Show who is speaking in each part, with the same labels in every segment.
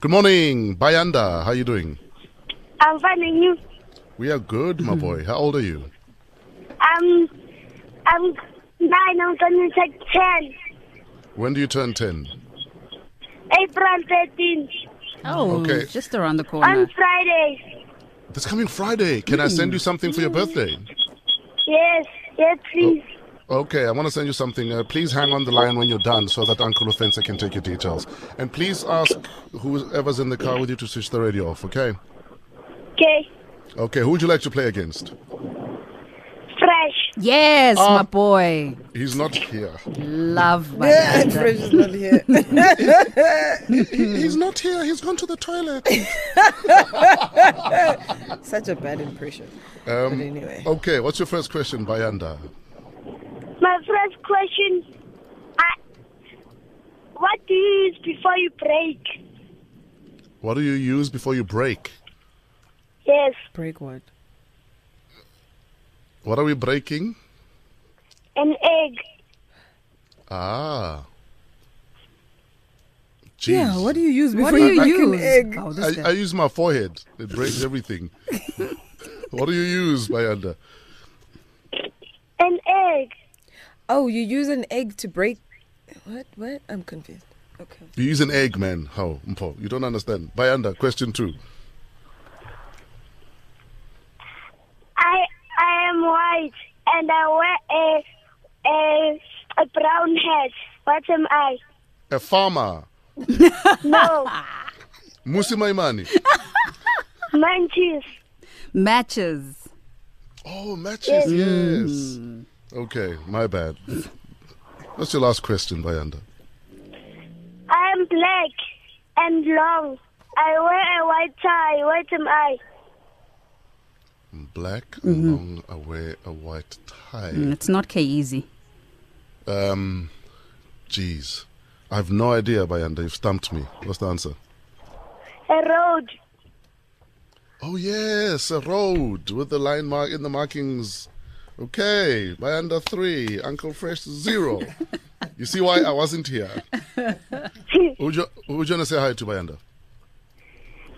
Speaker 1: Good morning, Bayanda. How you doing?
Speaker 2: I'm fine and you?
Speaker 1: We are good, my boy. How old are you?
Speaker 2: Um, I'm nine. I'm gonna take ten.
Speaker 1: When do you turn 10?
Speaker 2: April 13th
Speaker 3: Oh,
Speaker 1: Okay.
Speaker 3: just around the corner.
Speaker 2: on Friday.
Speaker 1: This coming Friday. Can I send you something for your birthday?
Speaker 2: Yes, yes, please.
Speaker 1: Okay, I want to send you something. Uh, please hang on the line when you're done so that Uncle Offensa can take your details. And please ask whoever's in the car with you to switch the radio off, okay?
Speaker 2: Okay,
Speaker 1: Okay, who would you like to play against?
Speaker 2: fresh.
Speaker 3: Yes, my boy.
Speaker 1: He's not here.
Speaker 3: Love my
Speaker 4: Yeah,
Speaker 3: dad.
Speaker 4: Fresh is not here.
Speaker 1: He's not here. He's gone to the toilet.
Speaker 4: Such a bad impression. but anyway.
Speaker 1: Um, Okay, what's your first question, Bayanda?
Speaker 2: My first question: I, What do you use before you break?
Speaker 1: What do you use before you break?
Speaker 2: Yes,
Speaker 4: Break what?
Speaker 1: What are we breaking?
Speaker 2: an egg.
Speaker 1: Ah. Jeez.
Speaker 4: Yeah, what do you use before
Speaker 3: What do you
Speaker 4: crack an
Speaker 3: use?
Speaker 4: egg?
Speaker 3: Oh, this
Speaker 1: I, I use my forehead. It breaks everything. what do you use, Bayanda?
Speaker 2: An egg.
Speaker 4: Oh, you use an egg to break. What? What? I'm confused. Okay.
Speaker 1: You use an egg, man. How? Mpo, you don't understand. Bayanda, question two.
Speaker 2: I I am white and I wear a a, a brown hat. What am I?
Speaker 1: A farmer.
Speaker 2: No,
Speaker 1: Musi Maimani.
Speaker 2: munchies.
Speaker 3: Matches.
Speaker 1: Oh, matches.
Speaker 4: Mm.
Speaker 1: Yes. Okay, my bad. What's your last question, Bayanda?
Speaker 2: I am black and long. I wear a white tie. What am I?
Speaker 1: Black,
Speaker 4: Mm-hmm.
Speaker 1: long, I wear a white tie.
Speaker 3: Mm, It's not K easy.
Speaker 1: Um, jeez. I have no idea, Bayanda. You've stumped me. What's the answer?
Speaker 2: A road.
Speaker 1: Oh, yes, a road with the line mark in the markings. Okay, Bayanda three, Uncle Fresh zero. you see why I wasn't here? Who'd you, who'd you want to say hi to, Bayanda?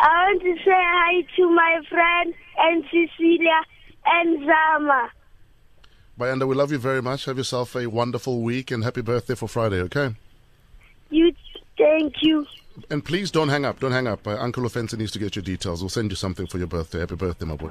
Speaker 2: I want to say hi to my friend and Cecilia and Zama.
Speaker 1: Bayanda, we love you very much. Have yourself a wonderful week and happy birthday for Friday, okay?
Speaker 2: You thank you.
Speaker 1: And please don't hang up. Don't hang up. Uh, Uncle Offensa needs to get your details. We'll send you something for your birthday. Happy birthday, my boy.